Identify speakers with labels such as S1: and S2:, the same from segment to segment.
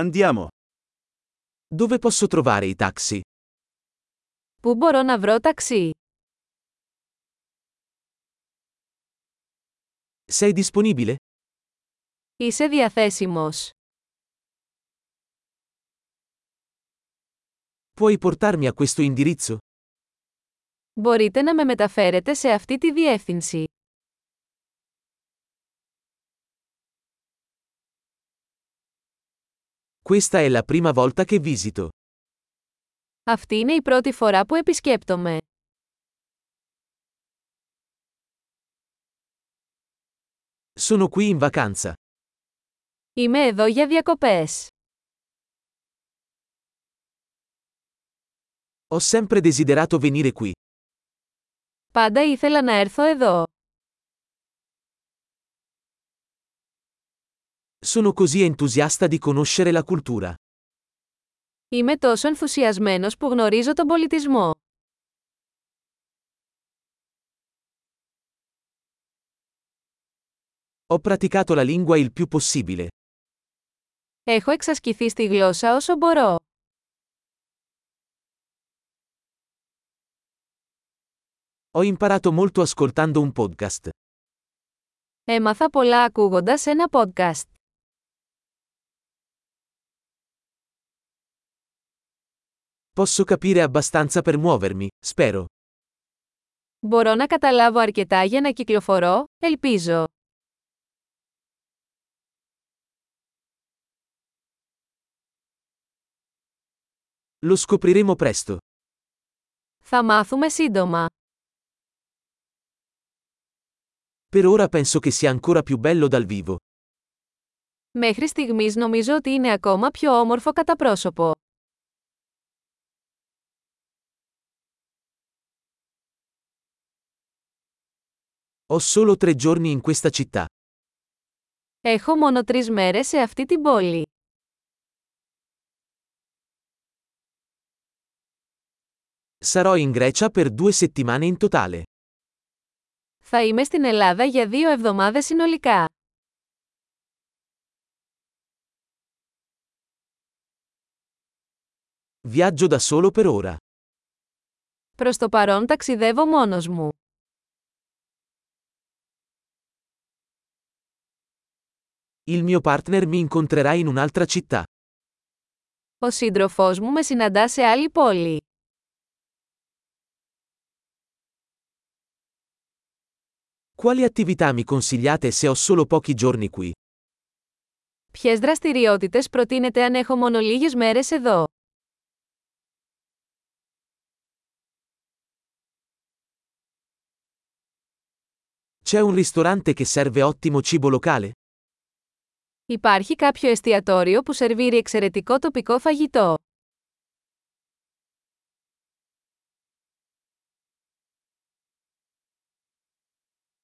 S1: Andiamo. Dove posso trovare i taxi?
S2: Πού μπορώ να βρω ταξί?
S1: Sei disponibile?
S2: Είσαι διαθέσιμος.
S1: Puoi portarmi a questo indirizzo?
S2: Μπορείτε να με μεταφέρετε σε αυτή τη διεύθυνση.
S1: Questa è la prima volta che visito.
S2: Αυτή είναι η πρώτη φορά που επισκέπτομαι.
S1: Sono qui in vacanza.
S2: Είμαι εδώ για διακοπές.
S1: Ho sempre desiderato venire qui.
S2: Πάντα ήθελα να έρθω εδώ.
S1: Sono così entusiasta di conoscere la cultura.
S2: Είμαι τόσο ενθουσιασμένος που γνωρίζω τον πολιτισμό.
S1: Ho praticato la lingua il più possibile.
S2: Έχω εξασκηθεί στη γλώσσα όσο μπορώ.
S1: Ho imparato molto ascoltando un podcast.
S2: Έμαθα πολλά ακούγοντας ένα podcast.
S1: Posso capire abbastanza per muovermi, spero.
S2: Μπορώ να καταλάβω αρκετά για να κυκλοφορώ, ελπίζω.
S1: Lo scopriremo presto.
S2: Θα μάθουμε σύντομα.
S1: Per ora penso che sia ancora più bello dal vivo.
S2: Μέχρι στιγμής νομίζω ότι είναι ακόμα πιο όμορφο κατά πρόσωπο.
S1: Ho solo tre giorni in questa città.
S2: Έχω μόνο τρεις μέρες σε αυτή την πόλη.
S1: Sarò in Grecia per due settimane in totale.
S2: Θα είμαι στην Ελλάδα για δύο εβδομάδες συνολικά.
S1: Viaggio da solo per ora.
S2: Προς το παρόν ταξιδεύω μόνος μου.
S1: Il mio partner mi incontrerà in un'altra città.
S2: Ο σύντροφός μου με συναντά σε άλλη πόλη.
S1: Quali attività mi consigliate se ho solo pochi giorni qui?
S2: Ποιες δραστηριότητες προτείνετε αν έχω μόνο λίγες μέρες εδώ.
S1: C'è un ristorante che serve ottimo cibo locale?
S2: Υπάρχει κάποιο εστιατόριο που σερβίρει εξαιρετικό τοπικό φαγητό.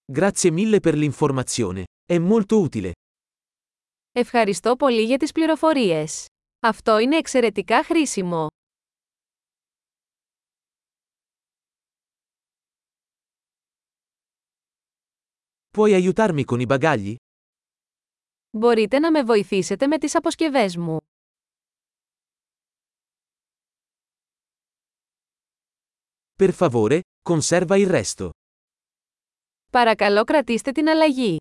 S1: Grazie mille per l'informazione. È molto utile.
S2: Ευχαριστώ πολύ για τις πληροφορίες. Αυτό είναι εξαιρετικά χρήσιμο.
S1: Puoi aiutarmi con i bagagli?
S2: Μπορείτε να με βοηθήσετε με τις αποσκευές μου.
S1: Per favore, conserva il resto.
S2: Παρακαλώ κρατήστε την αλλαγή.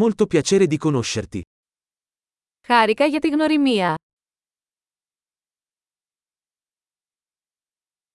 S1: Molto piacere di conoscerti.
S2: Χάρηκα για τη γνωριμία.